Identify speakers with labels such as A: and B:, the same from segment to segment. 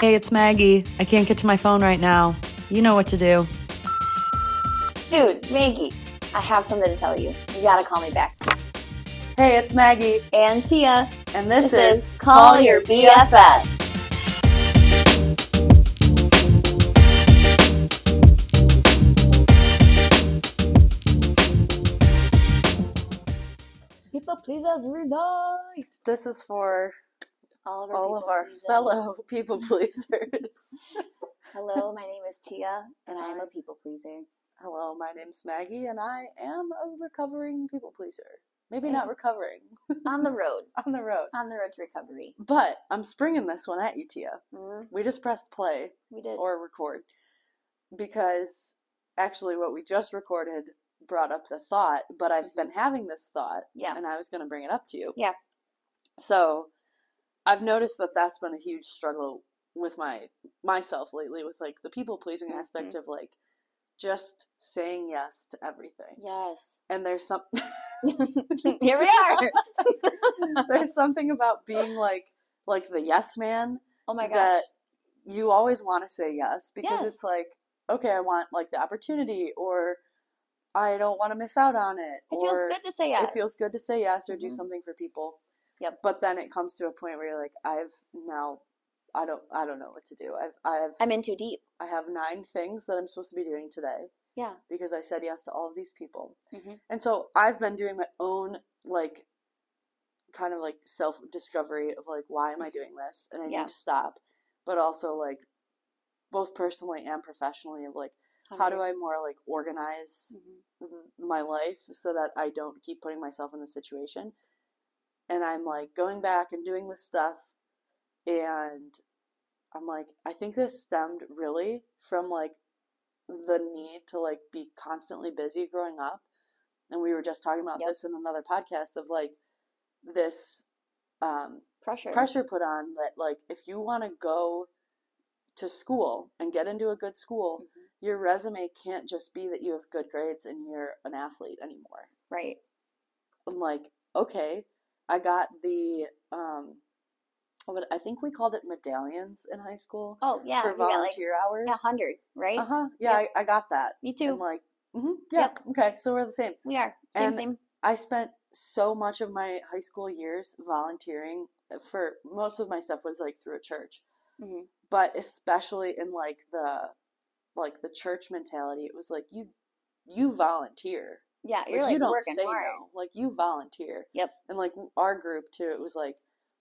A: Hey, it's Maggie. I can't get to my phone right now. You know what to do.
B: Dude, Maggie, I have something to tell you. You gotta call me back.
C: Hey, it's Maggie,
B: And Tia,
C: and this,
B: this is Call Your BFF. People please us reunite.
C: This is for
B: All of our,
C: all of
B: people
C: our
B: pleasers.
C: fellow people pleasers.
B: Hello, my name is Tia, and I'm a people pleaser.
C: Hello, my name's Maggie, and I am a recovering people pleaser. Maybe not
B: Yeah.
C: recovering
B: On the road,
C: on the road,
B: on the road to recovery.
C: but I'm springing this one at you, Tia.
B: Mm,
C: We just pressed play
B: we did.
C: or record because actually, what we just recorded brought up the thought, but I've been having this thought
B: yeah.
C: and I was going to bring it up to you.
B: Yeah.
C: So, I've noticed that that's been a huge struggle with my myself lately with like the people pleasing aspect
B: Mm-hmm.
C: of like just saying yes to everything.
B: Yes.
C: And there's some
B: Here we are.
C: there's something about being like like the yes man
B: Oh my gosh.
C: that you always want to say yes because
B: Yes.
C: it's like okay, I want like the opportunity or I don't want to miss out on it
B: it feels
C: or
B: good to say yes.
C: it feels good to say yes or do
B: Mhm.
C: something for people.
B: Yep.
C: But then it comes to a point where you're like, I've now, I don't, I don't know what to do. I've, I've,
B: I'm in too deep.
C: I have nine things that I'm supposed to be doing today
B: Yeah.
C: because I said yes to all of these people.
B: Mhm.
C: And so I've been doing my own like, kind of like self discovery of like, why
B: Mm-hmm.
C: am I doing this? And I
B: Yeah.
C: need to stop. But also like, both personally and professionally of like, how do I more like organize
B: Mhm.
C: my life so that I don't keep putting myself in this situation. And I'm like going back and doing this stuff. And I'm like, I think this stemmed really from like the need to like be constantly busy growing up. And we were just talking about
B: Yep.
C: this in another podcast of like this um,
B: Pressure.
C: pressure put on that like if you want to go to school and get into a good school,
B: Mhm.
C: your resume can't just be that you have good grades and you're an athlete anymore.
B: Right.
C: I'm like, okay, I got the um what I think we called it medallions in high school
B: Oh yeah.
C: for
B: you got like
C: volunteer
B: yeah,
C: hours.
B: hundred. Right.
C: Uh huh. Yeah, I, I got that.
B: Me
C: And
B: too.
C: like, mhm, yeah, okay, so we're the same.
B: we are same
C: and-
B: same.
C: I spent so much of my high school years volunteering uh, for most of my stuff was like through a church,
B: Mhm.
C: but especially in like the like the church mentality, it was like you you volunteer.
B: Yeah, you're like,
C: you don't
B: working
C: say
B: hard.
C: no. Like you volunteer.
B: Yep.
C: And like our group too, it was like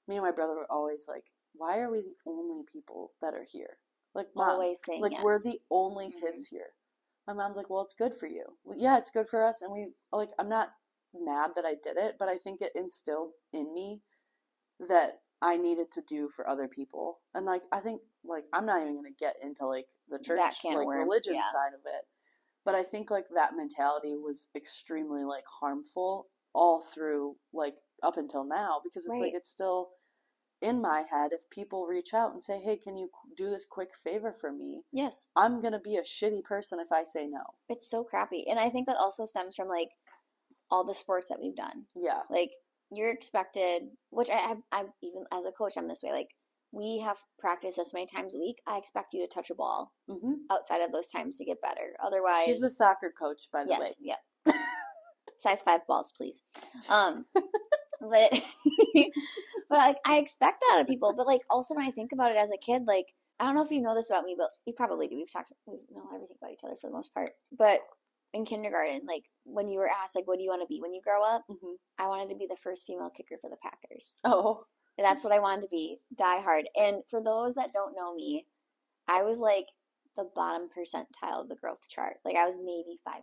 C: me and my brother were always like, why are we the only people that are here? Like mom,
B: Always saying
C: like
B: yes.
C: we're the only
B: Mhm.
C: kids here. My mom's like, well, it's good for you. Well, yeah, it's good for us, and we like. I'm not mad that I did it, but I think it instilled in me that I needed to do for other people, and like I think like I'm not even gonna get into like the church
B: can of
C: like
B: worms,
C: religion
B: yeah.
C: side of it, but I think like that mentality was extremely like harmful all through like up until now because it's like
B: Right.
C: it's still in my head if people reach out and say hey can you do this quick favor for me
B: yes,
C: I'm gonna be a shitty person if I say no.
B: it's so crappy, and I think that also stems from like all the sports that we've done.
C: Yeah.
B: Like you're expected, which I I'm, I'm even as a coach, I'm this way. Like we have practiced this many times a week. I expect you to touch a ball
C: hmm
B: outside of those times to get better. Otherwise,
C: She's a soccer coach, by the
B: Yes,
C: way.
B: yep. Size five balls, please. Um, but but like I expect that out of people. But like also when I think about it as a kid, like I don't know if you know this about me, but you probably do. We've talked, we know everything about each other for the most part. But in kindergarten, like when you were asked, like, what do you want to be when you grow up?
C: hmm
B: I wanted to be the first female kicker for the Packers.
C: Oh,
B: That's what I wanted to be, die hard. And for those that don't know me, I was like the bottom percentile of the growth chart. Like I was maybe 5%.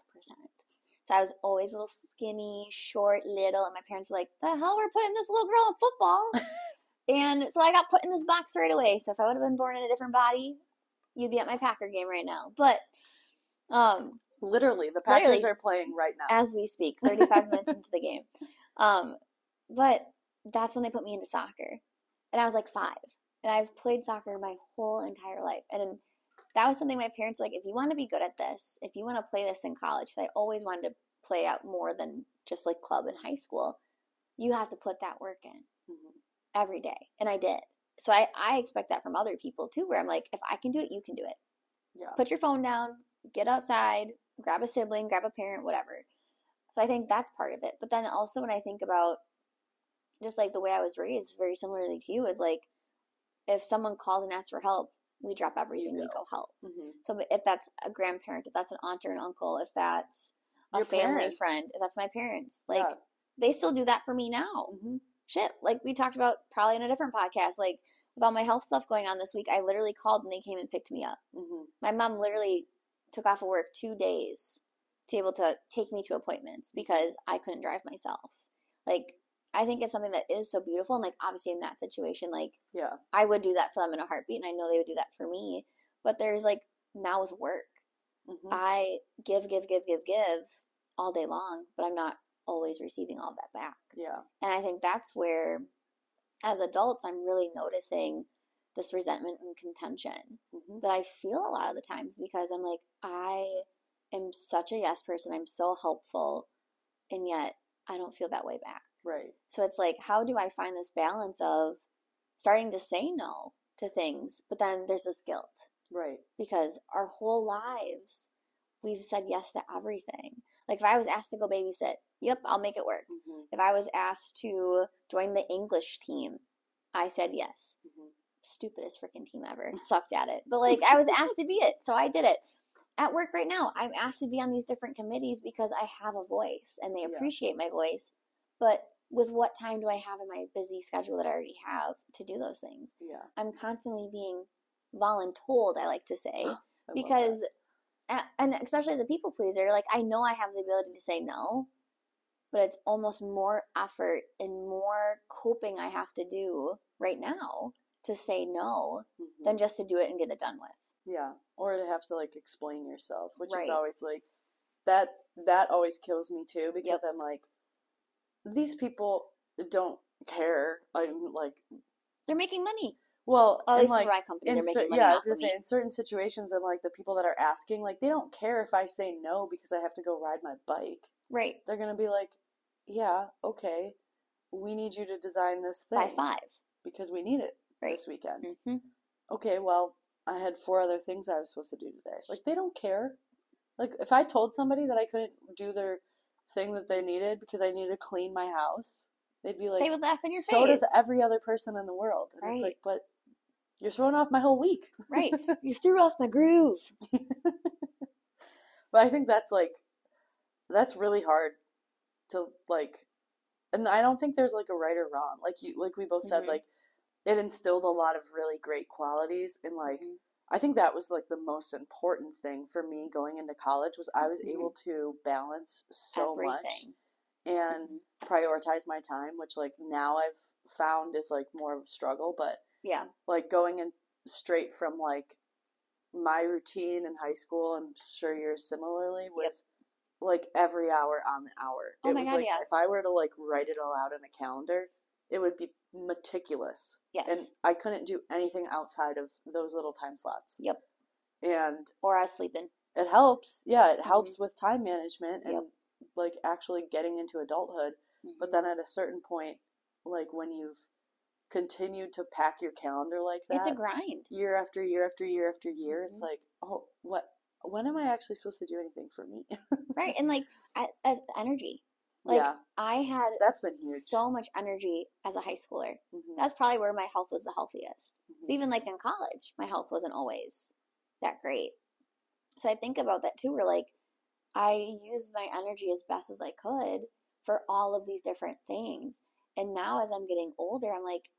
B: So I was always a little skinny, short, little, and my parents were like, the hell, we're putting this little girl in football. and so I got put in this box right away. So if I would have been born in a different body, you'd be at my Packer game right now. But um,
C: literally, the Packers
B: Literally.
C: are playing right now.
B: as we speak, 35 minutes into the game. Um, but that's when they put me into soccer. And I was like five. And I've played soccer my whole entire life. And then that was something my parents were like, if you want to be good at this, if you want to play this in college, 'cause I always wanted to play out more than just like club in high school, you have to put that work in
C: Mhm.
B: every day. And I did. so I, I expect that from other people too, where I'm like, if I can do it, you can do it.
C: Yeah.
B: Put your phone down, get outside, grab a sibling, grab a parent, whatever. So I think that's part of it. But then also when I think about just like the way I was raised, very similarly to you, is like if someone calls and asks for help, we drop everything, we
C: go.
B: go help.
C: hmm
B: So if that's a grandparent, if that's an aunt or an uncle, if that's a
C: Your
B: family
C: parents.
B: friend, if that's my parents, like they still do that for me now
C: hmm
B: shit like we talked about probably in a different podcast like with all my health stuff going on this week i literally called and they came and picked me up
C: hmm
B: my mom literally took off of work two days to be able to take me to appointments because i couldn't drive myself like i think it's something that is so beautiful and like obviously in that situation like
C: yeah.
B: i would do that for them in a heartbeat and i know they would do that for me but there's like now with work
C: hmm
B: i give give give give give all day long but i'm not always receiving all of that back
C: yeah.
B: and I think that's where, as adults, I'm really noticing this resentment and contention
C: hmm
B: that I feel a lot of the times because I'm like, I am such a yes person. I'm so helpful. And yet I don't feel that way back.
C: Right.
B: So it's like, how do I find this balance of starting to say no to things, but then there's this guilt
C: Right.
B: because our whole lives we've said yes to everything. Like if I was asked to go babysit, yep, I'll make it work.
C: hmm
B: If I was asked to join the English team, I said yes.
C: Mhm.
B: Stupidest freaking team ever. Sucked at it. But like I was asked to be it, so I did it. At work right now, I'm asked to be on these different committees because I have a voice and they
C: Yeah.
B: appreciate my voice. But with what time do I have in my busy schedule that I already have to do those things?
C: Yeah. I
B: I'm constantly being voluntold, I like to say
C: love that.
B: because a- and especially as a people pleaser like i know i have the ability to say no but it's almost more effort and more coping i have to do right now to say no
C: Mhm.
B: than just to do it and get it done with
C: Yeah, or to have to like explain yourself, which
B: Right.
C: is always like that that always kills me too because I'm like these
B: Mm-hmm.
C: people don't care. I'm like
B: they're making money
C: well,
B: oh, at
C: and
B: least
C: like
B: for my company
C: in
B: they're
C: cer-
B: making money
C: yeah, I was
B: off
C: gonna
B: of me
C: say in certain situations I'm like the people that are asking like they don't care if I say no because I have to go ride my bike.
B: right
C: They're gonna be like, yeah, okay, we need you to design this
B: by
C: thing
B: 5
C: because we need it
B: Right.
C: this weekend.
B: mm-hmm.
C: okay, well, I had four other things I was supposed to do today. Like, they don't care. Like, if I told somebody that I couldn't do their thing that they needed because I needed to clean my house, they'd be like,
B: they would laugh in your
C: so
B: face
C: does every other person in the world. And it's
B: Right.
C: like, but you're throwing off my whole week.
B: right you threw off my groove
C: But I think that's like, that's really hard to like, and I don't think there's like a right or wrong. Like, you, like we both said,
B: Mhm.
C: like, it instilled a lot of really great qualities and like,
B: Mhm.
C: I think that was like the most important thing for me going into college was I was
B: Mhm.
C: able to balance so much
B: everything
C: and
B: Mhm.
C: prioritize my time, which like now I've found is like more of a struggle, but
B: yeah
C: like going in straight from like my routine in high school, I'm sure yours similarly was like every hour on the hour.
B: Oh
C: it
B: my
C: was
B: God,
C: like
B: yeah.
C: if I were to like write it all out in a calendar, it would be meticulous.
B: yes
C: And I couldn't do anything outside of those little time slots.
B: Yep.
C: And
B: or i was sleeping
C: it helps. Yeah, it helps with time management and
B: Mm-hmm. Yep.
C: like actually getting into adulthood.
B: Mm-hmm.
C: But then at a certain point, like when you've continued to pack your calendar like that
B: it's a grind
C: year after year after year after year, it's
B: Mhm.
C: like, oh, what? When am I actually supposed to do anything for me?
B: right and like I, as energy Like,
C: yeah,
B: I had
C: that's been huge.
B: so much energy as a high schooler.
C: Mhm,
B: That's probably where my health was the healthiest.
C: mhm.
B: 'Cause even like in college, my health wasn't always that great. So I think about that too, where like I used my energy as best as I could for all of these different things. And now as I'm getting older, I'm like,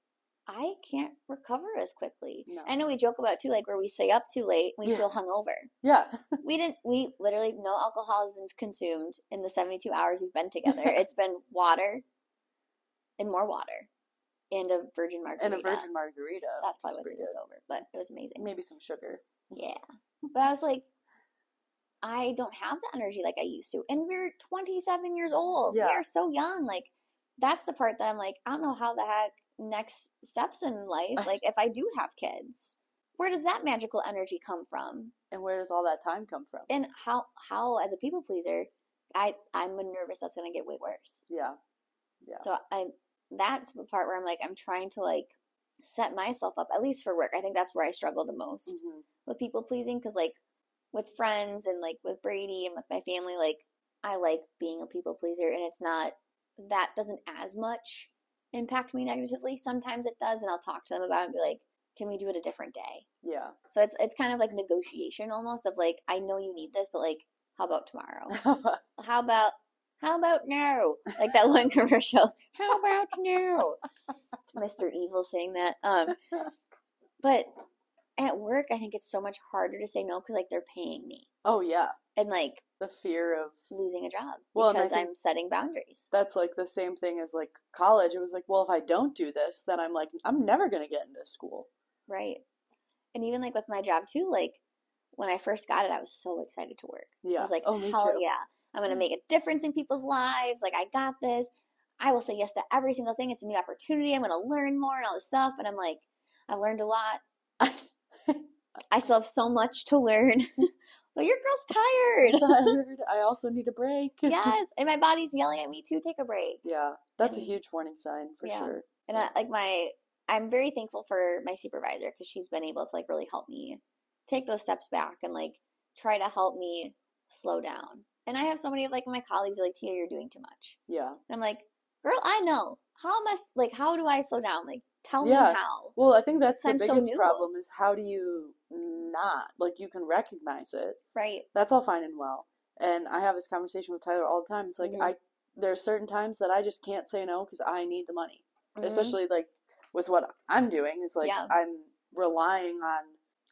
B: I can't recover as quickly.
C: No.
B: I know we joke about too, like where we stay up too late, we
C: Yeah.
B: feel hungover
C: Yeah,
B: we didn't we literally no alcohol has been consumed in the 72 hours we've been together it's been water and more water and a virgin margarita
C: and a virgin margarita.
B: So that's
C: which
B: probably
C: is
B: what
C: pretty
B: it was
C: good. Mm-hmm.
B: over but it was amazing
C: Maybe some sugar.
B: yeah but i was like i don't have the energy like i used to and we're 27 years old
C: Yeah.
B: we are so young like that's the part that i'm like i don't know how the heck next steps in life like if i do have kids where does that magical energy come from
C: And where does all that time come from?
B: and how how as a people pleaser i i'm nervous that's going to get way worse
C: Yeah,
B: so i that's the part where i'm like i'm trying to like set myself up, at least for work. I think that's where I struggle the most
C: Mhm.
B: with people pleasing because, like, with friends and like with Brady and with my family, like, I like being a people pleaser and it's not, that doesn't as much impact me negatively. Sometimes it does, and I'll talk to them about it and be like, can we do it a different day?
C: Yeah.
B: So it's it's kind of like negotiation almost of like I know you need this, but like how about tomorrow? How about how about no? Like that one commercial. How about no? Mr. Evil saying that. Um, but at work, I think it's so much harder to say no because like they're paying me
C: oh yeah.
B: and like
C: The fear of
B: losing a job
C: Well, and I
B: because
C: think-
B: I'm setting boundaries.
C: that's like the same thing as like college. It was like, well, if I don't do this, then I'm like, I'm never gonna get into school.
B: Right. And even like with my job too, like when I first got it, I was so excited to work.
C: Yeah.
B: I was like,
C: oh, me
B: hell
C: too. Mm.
B: yeah. I'm going to make a difference in people's lives. Like, I got this. I will say yes to every single thing. It's a new opportunity. I'm going to learn more and all this stuff. And I'm like, I've learned a lot. I still have so much to learn. but your girl's tired.
C: tired. I also need a break.
B: yes. And my body's yelling at me to take a break.
C: Yeah, that's a
B: And-
C: huge warning sign for
B: Yeah.
C: sure.
B: And I, like, my, I'm very thankful for my supervisor because she's been able to, like, really help me take those steps back and, like, try to help me slow down. And I have so many of, like, my colleagues are like, Tia, you're doing too much.
C: Yeah.
B: And I'm like, girl, I know. How am I, s- like, how do I slow down? Like, tell
C: Yeah.
B: me how.
C: Well, I think that's the
B: I'm so
C: biggest
B: new.
C: problem is how do you not like you can recognize it.
B: Right.
C: That's all fine and well. And I have this conversation with Tyler all the time. It's like
B: Mhm.
C: I there's certain times that I just can't say no because I need the money.
B: Mhm.
C: Especially like with what I'm doing is like
B: Yeah.
C: I'm relying on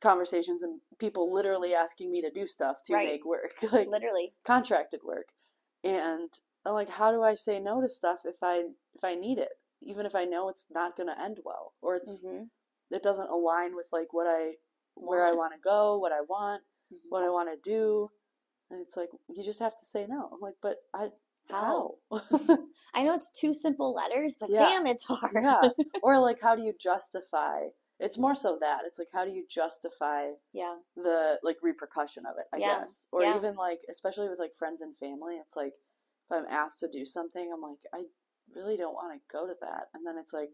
C: conversations and people literally asking me to do stuff to
B: Right.
C: make work. Like
B: Mm-hmm. Literally.
C: contracted work and I'm like how do i say no to stuff if i if i need it even if i know it's not going to end well or it's
B: Mhm.
C: it doesn't align with like what i where i
B: Want.
C: want to go what i want
B: Mhm.
C: what i want to do and it's like you just have to say no i'm like but i how,
B: How? I know it's two simple letters, but
C: Yeah.
B: damn, it's hard.
C: yeah or like how do you justify it's more so that it's like how do you justify
B: Yeah.
C: the like repercussion of it, I
B: Yeah,
C: guess. Or
B: yeah.
C: even like especially with like friends and family, it's like if I'm asked to do something, I'm like, I really don't want to go to that. And then it's like,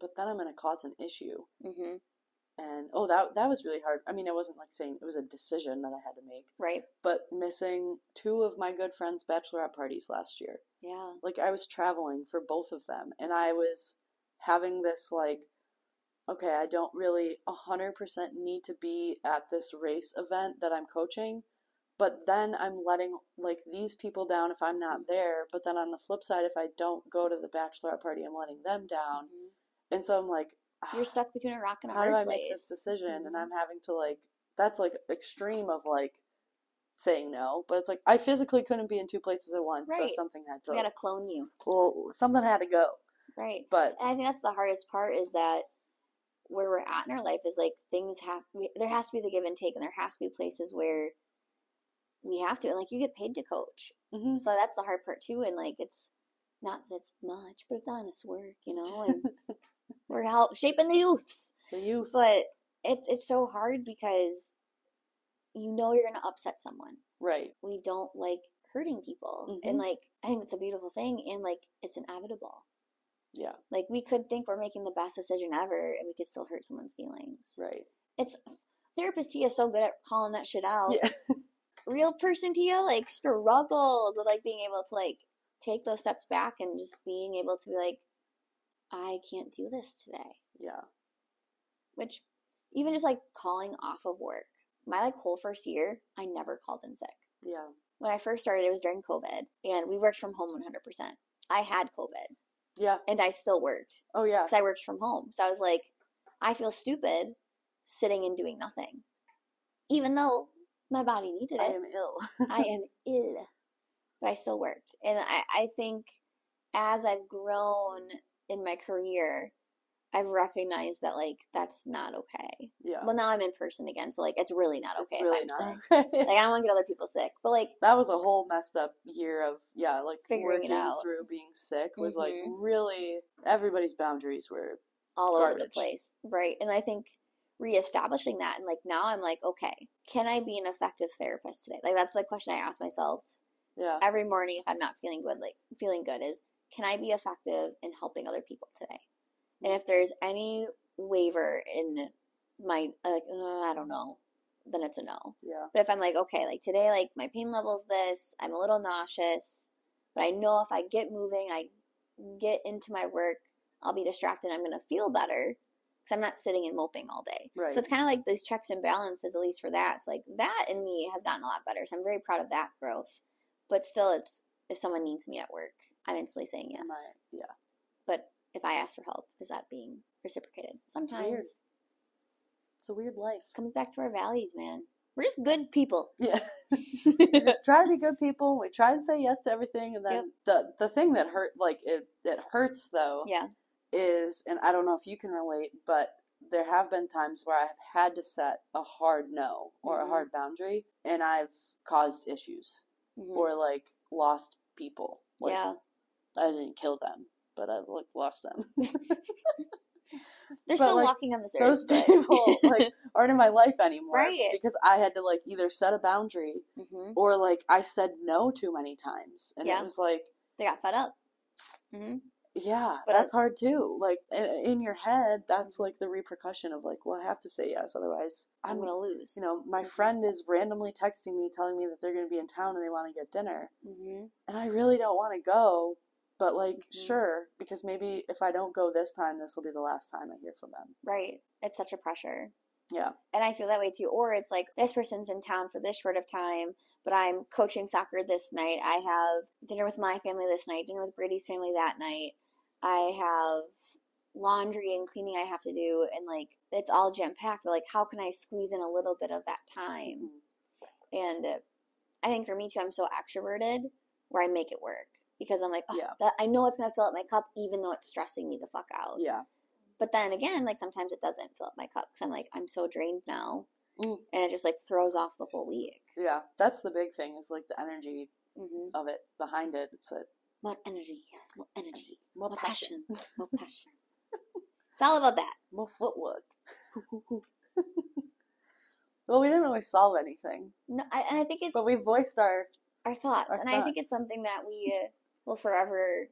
C: but then I'm gonna cause an issue.
B: hmm
C: And oh that that was really hard. I mean, it wasn't like saying it was a decision that I had to make,
B: Right.
C: but missing two of my good friends' bachelorette parties last year.
B: Yeah.
C: Like I was traveling for both of them and I was having this like okay, I don't really 100% need to be at this race event that I'm coaching, but then I'm letting like these people down if I'm not there, but then on the flip side if I don't go to the bachelorette party, I'm letting them down.
B: Mhm.
C: And so I'm like
B: You're
C: "Ah,
B: stuck between a rock and a
C: how
B: hard
C: do I
B: place.
C: make this decision and
B: Mhm.
C: I'm having to like that's like extreme of like saying no, but it's like I physically couldn't be in two places at once, so
B: Right.
C: something had to
B: We gotta clone you.
C: well, something had to go.
B: Right.
C: But
B: And I think that's the hardest part is that where we're at in our life is like things have we- there has to be the give and take and there has to be places where we have to and like you get paid to coach
C: mhm.
B: So that's the hard part too, and like it's not that it's much, but it's honest work, you know. And we're help shaping the youths,
C: the youth,
B: but it's it's so hard because you know you're gonna upset someone.
C: right?
B: We don't like hurting people, and like I think it's a beautiful thing, and like it's inevitable.
C: Yeah,
B: Like we could think we're making the best decision ever, and we could still hurt someone's feelings.
C: right.
B: It's therapist Tia is so good at calling that shit out.
C: Yeah.
B: real person Tia like struggles with like being able to like take those steps back and just being able to be like, I can't do this today.
C: Yeah.
B: Which even just like calling off of work. My like whole first year, I never called in sick.
C: Yeah.
B: When I first started, it was during COVID and we worked from home 100%. I had COVID
C: Yeah.
B: and I still worked
C: Oh yeah.
B: because I worked from home. So I was like, I feel stupid sitting and doing nothing, even though my body needed it.
C: I am ill.
B: I am ill, but I still worked. And I, I think as I've grown in my career, I've recognized that like that's not okay.
C: Yeah.
B: Well, now I'm in person again, so like it's really not okay
C: It's
B: if
C: really
B: I'm sick.
C: not.
B: Like I don't want to get other people sick, but like
C: that was a whole messed up year of yeah, like
B: Figuring it
C: working
B: out.
C: through being sick was like
B: Mhm.
C: really everybody's boundaries were
B: all over the
C: Garbage.
B: place, right? And I think reestablishing that and like now I'm like, okay, can I be an effective therapist today? Like that's the question I ask myself
C: yeah
B: every morning if I'm not feeling good, like feeling good is can I be effective in helping other people today? And if there's any waver in my like uh, I don't know, then it's a no.
C: Yeah.
B: But if I'm like, okay, like today, like my pain level's this, I'm a little nauseous, but I know if I get moving, I get into my work, I'll be distracted, I'm gonna feel better because I'm not sitting and moping all day.
C: Right.
B: So it's kind of like these checks and balances, at least for that. So like that in me has gotten a lot better. So I'm very proud of that growth. But still, it's if someone needs me at work, I'm instantly saying yes.
C: My- yeah.
B: But if I ask for help, is that being reciprocated?
C: It's weird.
B: Sometimes
C: It's a weird life.
B: comes back to our values, man. We're just good people.
C: Yeah. we just try to be good people. We try and say yes to everything, and then
B: Yep.
C: the the thing that hurt, like it, it hurts though,
B: Yeah.
C: is, and I don't know if you can relate, but there have been times where I've had to set a hard no or
B: Mhm.
C: a hard boundary, and I've caused issues
B: Mhm.
C: or like lost people. Mm-hmm. Like,
B: yeah.
C: I didn't kill them, but I like lost them.
B: They're
C: but,
B: still
C: like,
B: walking on this earth.
C: Those
B: but-
C: people like aren't in my life anymore,
B: Right.
C: Because I had to like either set a boundary
B: Mhm.
C: or like I said no too many times, and
B: Yeah.
C: it was like.
B: They got fed up. hmm
C: Yeah,
B: But
C: but
B: I-
C: that's hard too. Like in, in your head, that's like the repercussion of like, well, I have to say yes, otherwise
B: I'm
C: I'm
B: going to lose.
C: you know, my
B: Mhm.
C: friend is randomly texting me telling me that they're going to be in town and they want to get dinner,
B: hmm
C: and I really don't want to go, but like
B: Mhm.
C: sure, because maybe if I don't go this time, this will be the last time I hear from them.
B: Right. It's such a pressure.
C: Yeah.
B: And I feel that way too. Or it's like this person's in town for this short of time, but I'm coaching soccer this night. I have dinner with my family this night, dinner with Brady's family that night. I have laundry and cleaning I have to do and like it's all jam packed, but like how can I squeeze in a little bit of that time? And uh, I think for me too, I'm so extroverted where I make it work because I'm like, oh,
C: Yeah.
B: that, I know it's gonna fill up my cup, even though it's stressing me the fuck out.
C: Mm, Yeah.
B: But then again, like sometimes it doesn't fill up my cup because I'm like, I'm so drained now.
C: Mm.
B: And it just like throws off the whole week.
C: Yeah, that's the big thing is like the energy
B: Mm-hmm.
C: of it behind it. It's like
B: More energy, more energy,
C: more
B: more
C: passion,
B: passion, more passion. It's all about that.
C: more footwork. Well, we didn't really solve anything,
B: No, I, and I think it's
C: but we voiced our
B: our thoughts.
C: our
B: and I think it's
C: thoughts.
B: something that we uh, will forever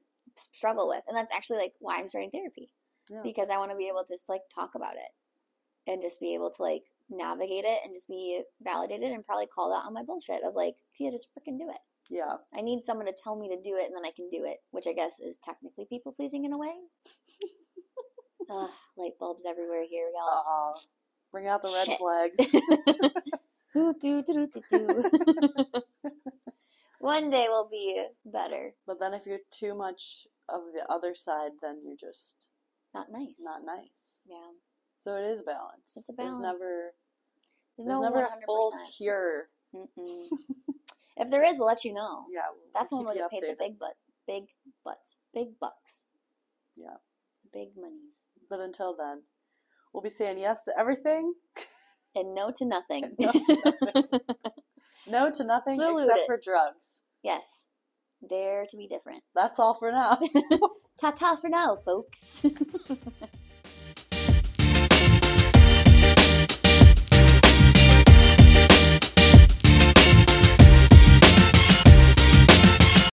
B: struggle with. And that's actually like why I'm starting therapy
C: Yeah.
B: because I want to be able to just like talk about it and just be able to like navigate it and just be validated and probably called out on my bullshit of like, Tia, just freaking do it.
C: yeah.
B: I need someone to tell me to do it and then I can do it, which I guess is technically people pleasing in a way. Ugh, light bulbs everywhere here, y'all.
C: Uh, bring out the red
B: Shit.
C: flags.
B: do, do, do, do, do, do. One day we'll be better.
C: But then if you're too much of the other side, then you're just
B: Not nice.
C: not nice.
B: yeah.
C: So it is balance.
B: It's a balance.
C: There's never
B: There's,
C: there's,
B: no
C: never
B: 100%.
C: a full cure.
B: Mm-mm. if there is, we'll let you know.
C: Yeah, we'll
B: Mm. That's when
C: keep
B: we'll
C: you
B: get paid the
C: updated.
B: big butt, big butts, big bucks.
C: Yeah.
B: Big monies.
C: But until then, we'll be saying yes to everything,
B: And no to nothing.
C: no to nothing, no to nothing
B: Salute
C: except
B: it.
C: for drugs.
B: yes. Dare to be different.
C: That's all for now.
B: Ta ta for now, folks.